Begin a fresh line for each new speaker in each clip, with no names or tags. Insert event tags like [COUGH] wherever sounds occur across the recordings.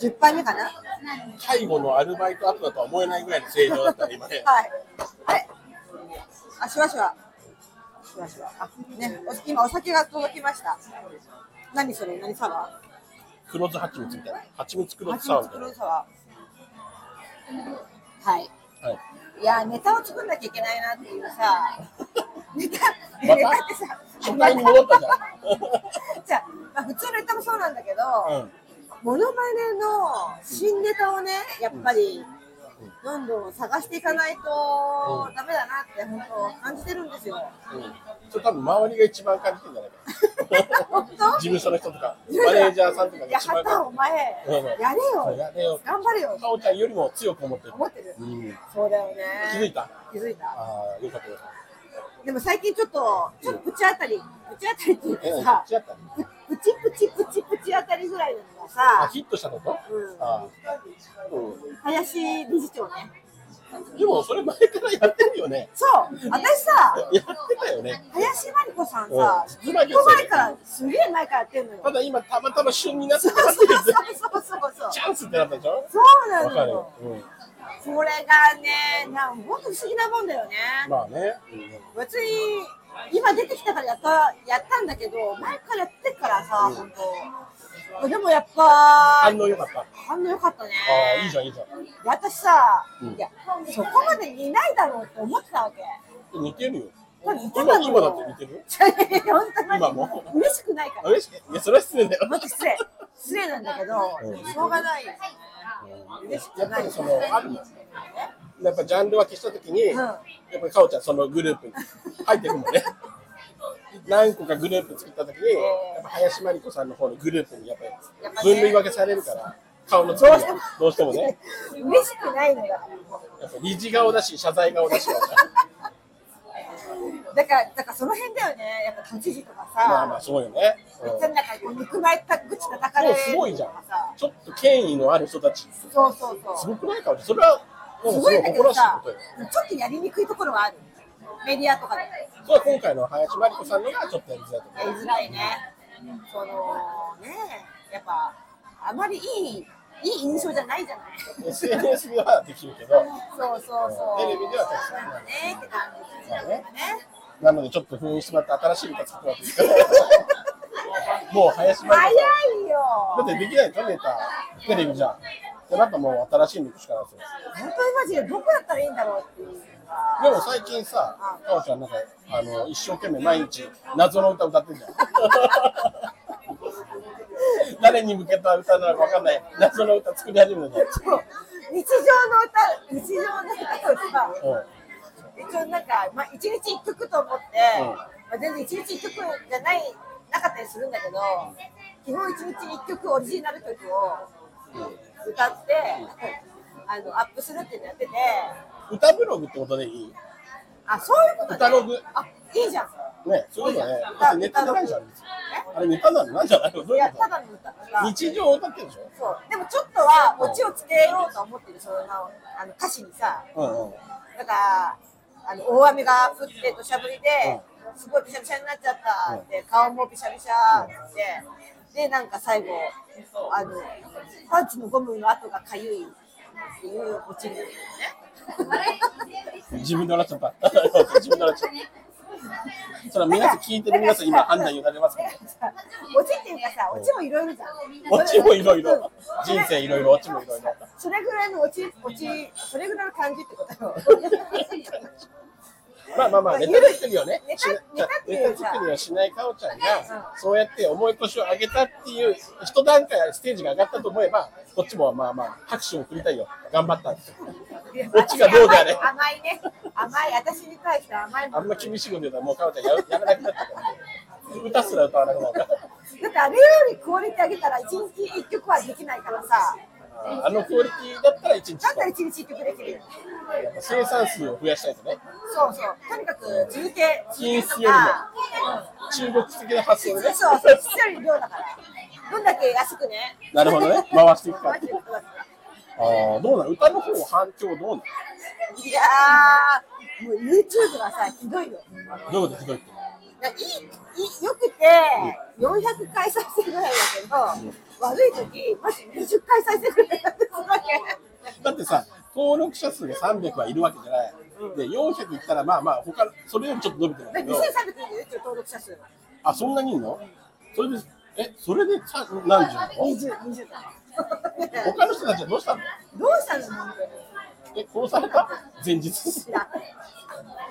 10杯目かな。
最後のアルバイト後だとは思えないぐらいの成長だった今 [LAUGHS] ね
はい。あれあ、しわしわ。しわしわ。あ、ね、お今お酒が届きました。何それ何サワ
黒酢蜂蜜みたいな蜂蜜
ー
黒酢
蜂
サワー
蜜
みたい
黒サワー。はい。
な、はい、
いや、ネタを作んなきゃいけないなっていうさ、ネタ、
[LAUGHS] また
ネタってさ、
初回に戻ったじゃん
[LAUGHS] じゃあ、まあ、普通のネタもそうなんだけど、
うん
モノマネの新ネタをね、やっぱり、どんどん探していかないと
うん
ダメだなって本当感じてるんですよ。
うんそれ多分周りが一番感じてんじゃない
本
か
当
な事務所の人とかマネージャーさんとか
い
が
や、
一番
畑お
感
前、
うん
やれ
じて
よ。
やれよ
頑張れよ。
かおちゃんよりも強く思ってる、
思ってる。
うん、
そうだよね。
気づいた
気づいた。
ああよかったよかっ
でも最近ちょっと、ちょっとプチあたり、プチあたりっていう
たえうん
か
やったね
さ、プチプチプチプチあたりぐらいなのが
あ
さ、
ヒットしたこと、
うん
あーうん
林理事長ね。
でもそれ前からやってるよね。
そう、私さ、
やってたよね。
林真理子さん
うん
さ、ずっと前から、すげえ前からやってんのよ。
ただ今たまたま旬になって
そう
ただ
そう
けで
そうそうそうそう。
チャンスってなったでしょ。
そうな
わか
の
る
よ
よ。。うん、
これがね、なん本当不思議なもんだよね。
まあね。うん
別に今出てきたからやったやったんだけど前からやってっからさ、
うん
本当でもやっぱ
反応良かった。あ
反応良かったね
あいいじゃんいいじゃん。
私さ、
うん
いやそこまでいないだろうって思ってたわけ
似てるよ。
多分似てた
今
の
今だって似てる。
[LAUGHS] いや本当に
今も
嬉しくないか
あ
ら
れいやそれは失礼だよ。
また失礼失礼なんだけど、
うん
しょうがないよね
うん
嬉し
や
く
っ
な
ぱ
い
りそのあるの。やっぱジャンル分けしたときに、
ん
やっぱりかおちゃんそのグループに入ってるもんね。何個かグループ作ったときに、やっぱ林真理子さんの方のグループにやっ
やっ
ぱ
ぱ
り
ね
分類分けされるから、顔の作りがどうしてもね、
嬉しくないのだから
やっぱ理事顔だし謝罪顔だしだから、
だからだからその辺だよねやっぱ都知事とかさ、
まあまあそうよね。
め
う
っ
ん
ちゃなんかこう憎まれた口叩か
で
れ
も
る
すごいじゃん
とかさ。
ちょっと権威のある人たち、す
そうそうそう
ごくないかおちゃんそれはなん
す
かす
ご
ご
い
い
んだけど
誇らしい
さ
ことよ。
ちょっとやりにくいところはあるメディアとかで
それは今回の林真理子さんのがちょっとやりづらいと思う。
やりづらいねそのねやっぱあまりいいいい印象じゃないじゃない
SNS ではできるけど、
そうそうそう
テレビでは確かに
なんかねって感じですよね
なのでちょっと封印してもらって新しい歌作ってもらっていいで
[LAUGHS]
すかもう林
早
真
い
理子さ
よ
んだってできないとネタテレビじゃんってなったらもう新しいの行くしかないですよ
本当にマジでどこやったらいいんだろうっていうのが
でも最近さかおちゃんなんかあの一生懸命毎日謎の歌歌ってんじ [LAUGHS] ゃん誰に向けた歌なのかわかんない謎の歌作り始めたじゃん
そう日常の歌日常の歌をさ
うん
一応なんか、まあ、1日1曲と思って、
うん
まあ、全然1日1曲じゃないなかったりするんだけど基本1日に1曲オリジナル曲を歌って、あのアップするっていうのやってて
歌ブログってことでいい
あそういうことね
歌ログ
あいいじゃん
ねそういうのねだってネタじゃないじゃんあれネタなのなんじゃないの
え
どう
い
い
や
うこ
ただの歌
と
が
日常を歌ってるでしょ
そうでもちょっとはオチをつけようと思ってるそのあの歌詞にさ
うんうん
だからあの大雨が降って土砂降りで、すごいびしゃびしゃになっちゃったって、顔もびしゃびしゃって、でなんか最後あのパンチのゴムの跡がかゆいっていうオチになるんだよね。
自分で笑っちゃった。 [LAUGHS] 自分で笑っち
[LAUGHS]
ゃった。それは皆さん聞いてる皆さん今判断委ねますから。
オチっていうかさ、オチもいろいろじゃん。
オチもいろいろ
うん
人生いろいろオチもいろいろ。
それぐらいのオチ、オチ、それぐらいの感じってことよ。
まあまあまあ、ネタ作りをね、
ネタ
しな
ネタってい
ネ
うか
タ作りをしないかおちゃんが、そうやって重い腰を上げたっていう、一段階ステージが上がったと思えば、こっちもまあまあ、拍手を送りたいよ。頑張ったって。 [LAUGHS] オチがどうであれ
甘い甘いね。甘い、私に対して甘いも
あ
ん
んま厳しいこと言うたら、もうかおちゃんややらなくなったから、歌すら歌わなくなるから。
だってあれよりクオリティ上げたら一日一曲はできないからさ、
あのクオリティだったら一日
だったら
や
一日一曲できるよ。
っぱ生産数を増やしたいとね。
そうそう、とにかく続け、続け
品質
と
よりも
か、
中国的な発想
そう
でね。
そう、質より量だから、どんだけ安くね、
なるほどね。回していくか
マ。ジでことだか
ああ、どうなの歌の方反響どう
ら
な
いやー、もう YouTube がさ、ひどいよ。
のどういうことひどいって。
なんかいいいいよくて、 400回再生ぐらいだけど、悪い時、マジ20回再生ぐらいだってするわけ。
だってさ、登録者数が300はいるわけじゃない。で、400いったら、まあまあ、他、それよりちょっと伸びてるんだけ
で、2300
ど、
人いるっていう登録者数。
あ、そんなにいんのそれで、え、それでさ何十なの
20、20だねえ
他の人たちはどうしたの
どうしたの本当に
え、殺された前日。
知らん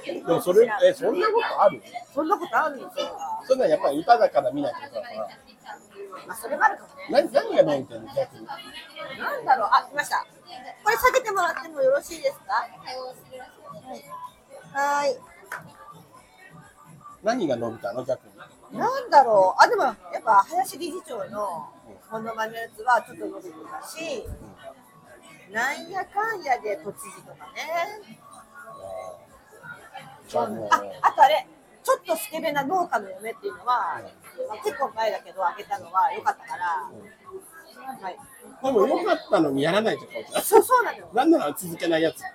でもそれ、え、そんなことある
そんなことあるんですよ。
そんなんやっぱり歌だから見ないってことだから。
まあ、それもあるかもね。
何何がないみたいな逆に。
なんだろう、あ、来ました。これ下げてもらってもよろしいですか。はい。は
何が伸びたの逆に。
ーい。なんだろう、あ、でも、やっぱ林理事長の。モノマネのやつはちょっと伸びてたし。なんやかんやで都知事とかね。
じゃあもう
あ、あとあれ。ちょっとスケベな農家の嫁っていうのは、まあ、結構前だけど、あげたのは良かったから。はい。
でも良かったのにやらないとか
そう、そうなのよ。
なんなら続けないやつ。
ちょ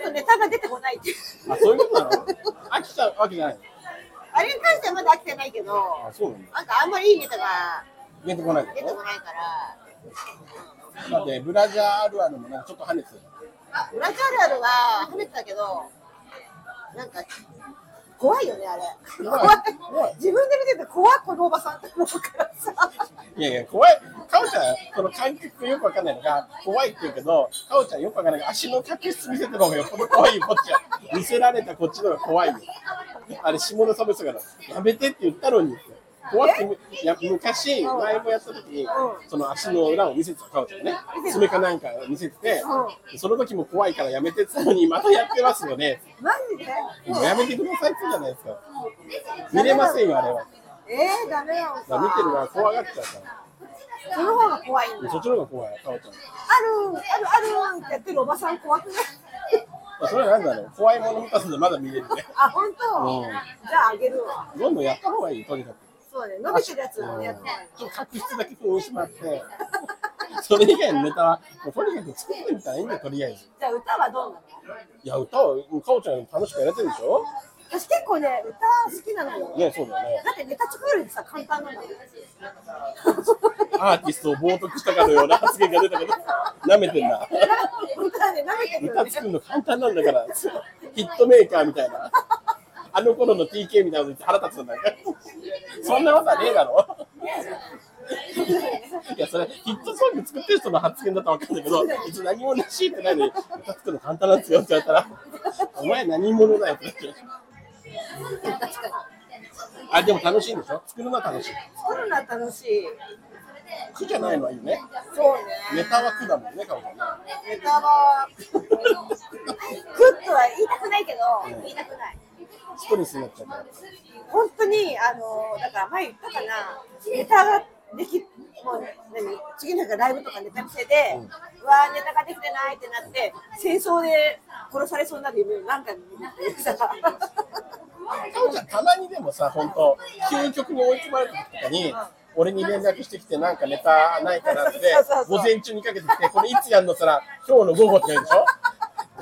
っとネタが出てこないっていう。
あ、そういうことなの飽きちゃうわけじゃないの
あれに関してはまだ飽きてないけど、
あ、そうなんだ。
なんかあんまりいいネタが
出てこない
出て
の
こないから、
だってブラジャーあるあるもなんかちょっと跳ねてたよ
あブラジャールあるは跳ねてたけど、なんか怖いよね、あれ。怖
怖
い
い怖い
自分で見てて怖い、このおばさんって思うからさ。
いやいや、怖い。かおちゃん、その感覚よくわかんないのが、怖いって言うけど、かおちゃんよくわかんないけど足の角質見せてる方がよっぽど怖いよ、こっちは。見せられたこっちの方が怖いよ。あれ、下田サブスから、やめてって言ったのにって。怖くて、いや昔、前もやった時に、その足の裏を見せてた、かおちゃんね。爪かなんか見せてて、その時も怖いからやめてって言ったのに、またやってますよね。
マジで
もうやめてくださいって言うじゃないですか。見れませんよ、あれは。
えー、ダメよ
だ。から見てるのは怖がっちゃうから。
その方が怖いんだ。あ
そっ
る、
ちの方が怖い、かおちゃん。
ある、あるってやってるおばさん怖くない
まあ、それは何だろう。怖いもの見たさでまだ見れるね。
あ、本当、
うん
じゃああげるわ。
どんどんやった方がいい、とにかく。
そうね、伸びてるやつをやってない。
ちょっと確執だけこう失って、それ以外のネタは、もうとにかく作ってみたらいいんだよ、とりあえず。
じゃあ歌はどうなの
いや、歌を、かおちゃん楽しくやれてるでしょ
私結構ね、歌好きなのよ。
ねそうだよね。
だってネタ作るよりさ、簡単なのよ。
アーティストを冒涜したかのような発言が出たけど、舐めてんな。
本当だね、舐めてるよ
歌
ね。
作るの簡単なんだから、ヒットメーカーみたいな。あの頃の TK みたいなこと言って腹立つんだけど、そんなことはねえだろ。いや、それ、ヒットソング作ってる人の発言だとわかんないけど、別に何もなしいってないのに、歌作るの簡単なんですよって言われたら、お前何者だよってなっちゃう。あ、でも楽しいんでしょ作るのは楽しい。
作るのは楽しい。
苦じゃないのはいいね。
そう
ネ
ね。
タは苦だもんね、かおちゃんね。
ネタは。クッとは言いたくないけど、言いたくない。
ストレスになっちゃうから。
本当に、あの、だから前言ったかな、ネタができ、もう、何、次なんかライブとかネタ見せで、うわー、ネタができてないってなって、戦争で殺されそうになる夢を何回も見るっていうさ。
かおちゃん、たまにでもさ、本当究極に追い込まれた時とかに、俺に連絡してきて、なんかネタないかなっ
そう
て
そう、そう
午前中にかけてきて、これいつやんのって言ったら、今日の午後って言うでしょ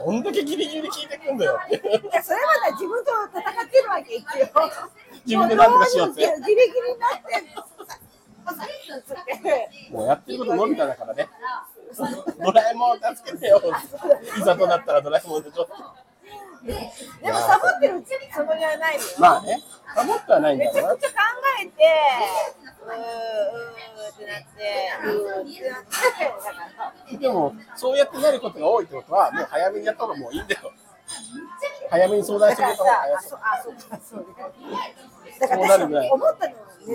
どんだけギリギリ聞いてくんだよって。
[LAUGHS] いやそれまで自分と戦ってるわけ一応
自分で何とかしようって
もどにギリギリになってさささって
もうやってることのび太だからね。ドラえもんを助けてよ。いざとなったらドラえもんでちょっと。
でもサボってるつもりはないのよ
まあね、サボってはないんだ
めちゃ
よ
くちゃ考えてうーうーってなってうーってなってだから
な。でも、そうやってなることが多いってことは、もう早めにやった方がもういいんだよ。早めに相談
だ
して
からさ
くれた方が早
あ
そう。
そあそうかそうねだから
そうな
私
るぐらい
思ったのはネタ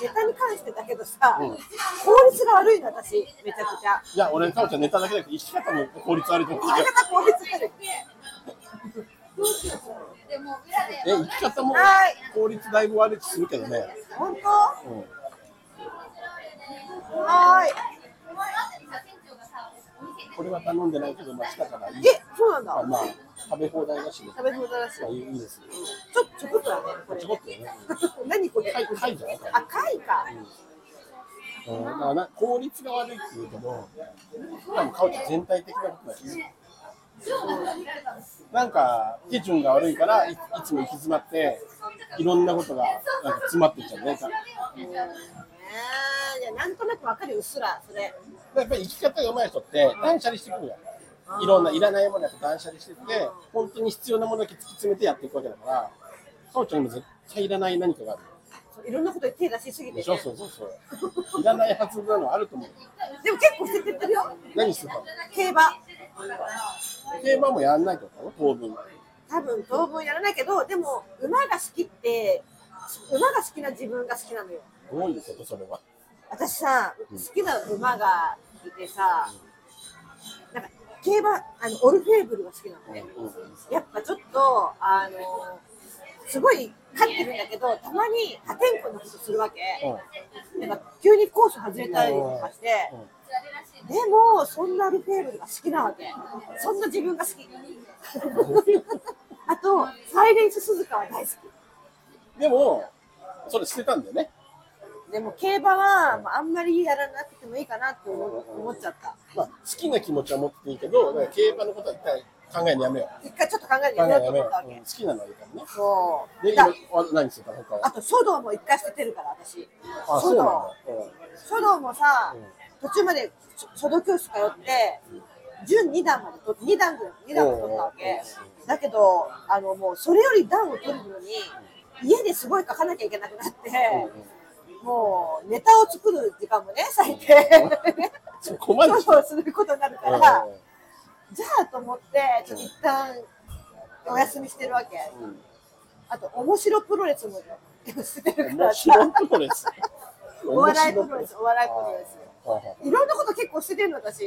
ネタに関してだけどさ、効率が悪いの私めちゃくちゃ。
いや、俺、かおちゃんネタだけじゃなくて、生き方も効率悪いと思う
あれが効率悪い。
え、生き方も
はい
効率だいぶ悪い気するけどね。
本当？
うん。
はーい。
これは頼んでないけど、まあ、したからいい。
え、そうなん
ま
だ。
あ、まあ、食べ放題だしね。
食べ放題らしい
まあ、。いいですね。
ちょ、ちょこっとだね、これ
ちょ。こっとね。
何これ。
貝貝じゃないか
あ、貝か。
うん、だからな効率が悪いっていうけど、多分かおちゃん全体的なことだけど、なんか手順が悪いからいいつも行き詰まって、いろんなことがなんか詰まってっちゃう
い
ね。
やなんとなくわかるうっすらそれ
やっぱり生き方が上手い人って断捨離してくるよ。いろんないらないものやっぱ断捨離してて、本当に必要なものだけ突き詰めてやっていくわけだから、かおちゃんにも絶対いらない何かがある。
そういろんなことに手出しすぎて、
で
ね、
しょそうそうそう。いらないはずなのあると思う。
でも結構捨ててってるよ
何するか。
競馬
競馬もやんないってことか当分。
多分当分やらないけどでも馬が好きって馬が好きな自分が好きなのよ
どういうことそれは。
私さ好きな馬がいてさなんか競馬あのオルフェーブルが好きなのねやっぱちょっとあのすごい勝ってるんだけどたまに破天荒なことするわけ、なんか急にコース外れたりとかして、でもそんなアルフェーブルが好きなわけそんな自分が好き [LAUGHS] あとサイレンス鈴鹿は大好
でも、それ捨てたんだよね。
きでも競馬はまああんまりやらなくてもいいかなって思思っちゃった
まあ、好きな気持ちは持ってていいけど、だから競馬のことは一回考えにやめよ
一回ちょっと考え
う。
て
考
み
え
ようと
にやめ
思っ
よ
たわ
う。
け、
うん好きなのはいいからね。
そう
で、今、
だ
あ何するか、他
あ
は。
と書道も一回捨ててるから私
あ、そうなんだ。
書道もさ、途中まで書書道教室通って準2段まで取っ2段ぐらい2段を取ったわけだけどあのもうそれより段を取るのに家ですごい書かなきゃいけなくなって、もうネタを作る時間もね最低
うんそこまで
そう
して。
そう
うん
することになるから、じゃあと思ってちょっと一旦お休みしてるわけあと面白プロレスもしてるから
面
さ
白いプロレス。
お笑いプロレスお笑いプロレス
あーはいはい
いろんなこと結構しててるの私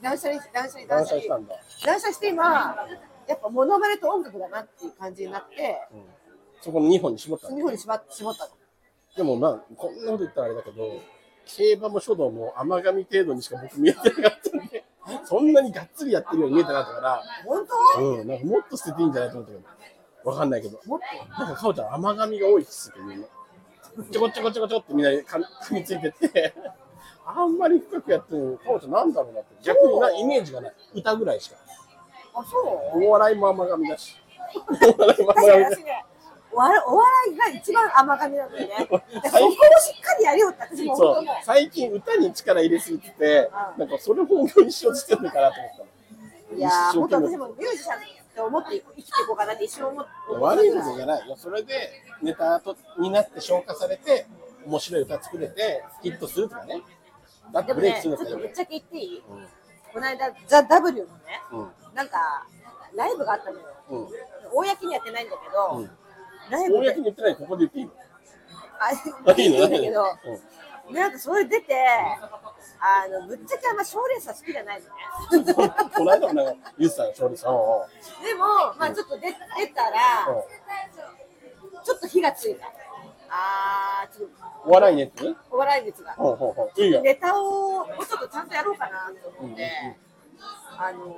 断捨離断捨離断
断
捨
捨離した
離
んだ。
断捨離して今やっぱモノマネと音楽だなっていう感じになって
そこの2本に絞った
そ
の
の日に絞絞ったの
でもまあ、こんなこと言ったらあれだけど、競馬も書道も甘噛み程度にしか僕見えてなかったんで、そんなにがっつりやってるように見えてなかったから、
本当
うん、なんかもっと捨てていいんじゃないと思ったけど、わかんないけど、もっと、なんかかおちゃん甘噛みが多いっすってみんな。ちょこちょこちょこちょってみんな噛み噛みついてって、あんまり深くやってるの、かおちゃんなんだろうなって、逆になイメージがない。歌ぐらいしか。
あそう
お笑いも甘噛みだし。お [LAUGHS] 笑いも甘
確かに
噛み
私
だし。
ねお笑お笑いが一番甘噛みなんだ
[LAUGHS]
よねでそこをしっかりやるよって私も本
そ
当
う
もう、
最近歌に力入れすぎてて、なんかそれ本業にしようとしてるのかなと思ったの。
いやー本当私
一生懸命
もミュージシャンって思って生きていこうかなって一生思って
悪いことじゃないよ。それでネタとになって消化されて、面白い歌作れて、ヒットするとかね。だって
でも
ブレイ
ね
クす
ちょ
る
っ
ん
とぶっ
だったらよ
ちゃけ言っていい、
ん
この間ザ・ W のね、
うん
なんかライブがあったのよ
うん。
公にやってないんだけど、
うん
ライブ
公
で
に言ってないここで言っていいの
あいいんだけど、
うん
なんかそれ出て、あのぶっちゃけあんま賞レースは好きじゃないのね。でも、
[LAUGHS] この間もなんか、ゆうさん、勝利さん。おう
まあちょっと出出たら、
おう
ちょっと火がついた。あー、ちょっと
お笑いねってね。
お笑い熱が。
ほうほうほう。いいよ。
ネタをもうちょっとちゃんとやろうかなと思って、あのー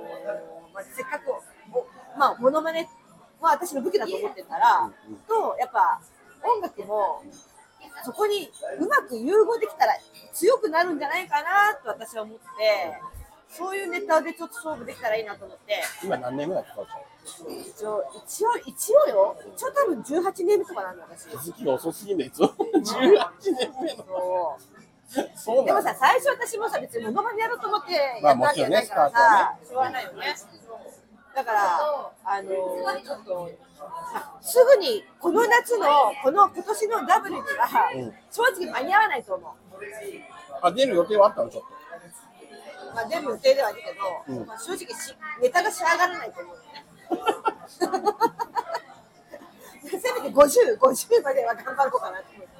まあ、せっかくお、まあ、モノマネは私の武器だと思ってたら、とやっぱ音楽もそこにうまく融合できたら強くなるんじゃないかなと私は思ってそういうネタでちょっと勝負できたらいいなと思って
今何年ぐらいかかる
一応一応一応よ一応多分18年目とかなんだ私。
気づきが遅すぎんだよ、いつも。18年目の。
そう
そう
で
な
も
んだ
さ、。最初私もさ、別にモノマネやろうと思ってやっ
ま
た
あ
わ
も
け
ち
じゃ
ろん
な
ね
いから
スタートは
さ、しょうがないよね。だから、あのーちょっと、まあすぐにこの夏の、この今年の W には、正直間に合わないと思う。
あ、出る予定はあったの、ちょっ
まあ、出る予定ではあるけど、まあ、正直し、ネタが仕上がらないと思うよね。 [LAUGHS] せめて50、50までは頑張ろうかなと思って。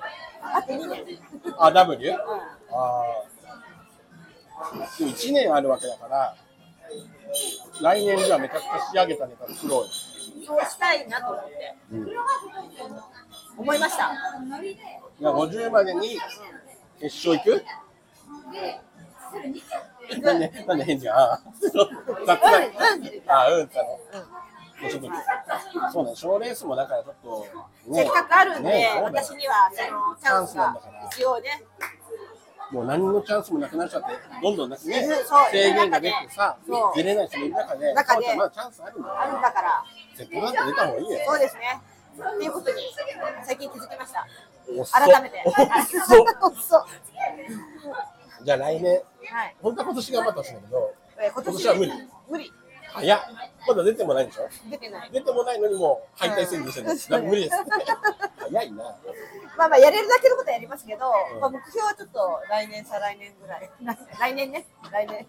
あと2年。
と。あ、W?
うん
ああ。でも1年あるわけだから、来年じゃあめちゃくちゃ仕上げたネタ作ろうよ。
そうしたいなと思って、思いました。
いや50までに決勝行くなんで、なんで変じゃん。あー雑な
うんうん
あー、うんだろ。もうちょっと、そうね、賞レースもだからちょっと、
せ
ね
っかくあるんで、
ねそうだよ
私にはそのチャンスが一応ね、
もう何のチャンスもなくなっちゃって、どんどんなくね
うんそう、
制限ができてさ
そう、
出れない人もいる中で、
中で
そうだまだチャンスあるんだ
あ
よ。
るんだから、
せっかくだって出た方がいいよ。
そうですね。っていうことに最近気づきました
遅っ
改めて
遅っ
遅っ
じゃあ来年、
はい
本当は今年頑張ってほしいんだけど、
えー今
今
年
年は無理
無理
早っ。まだ出てもないでしょ
出てない
出てもないのにもう敗退宣言してるんです。なんか無理です。早いな。
まあまあやれるだけのことはやりますけど、
うん
まあ、目標はちょっと来年再来年ぐらい来年ね来年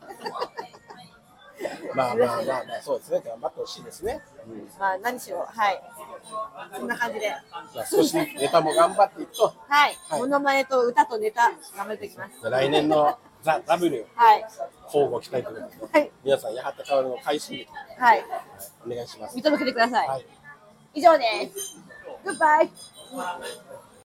まあまあまあまあ、そうですね。頑張ってほしいですね。うん
まあ何しろはいそんな感じで
まあ、少しネタも頑張っていくと、
はい、
はい
モノマネと歌とネタ頑張っていきます
来年のザ・ W
はい
交互期待ということで、
はい
皆さん、八幡薫の快進撃、
はい
お願いします。
見届けてください、
はい
以上ですグッバイ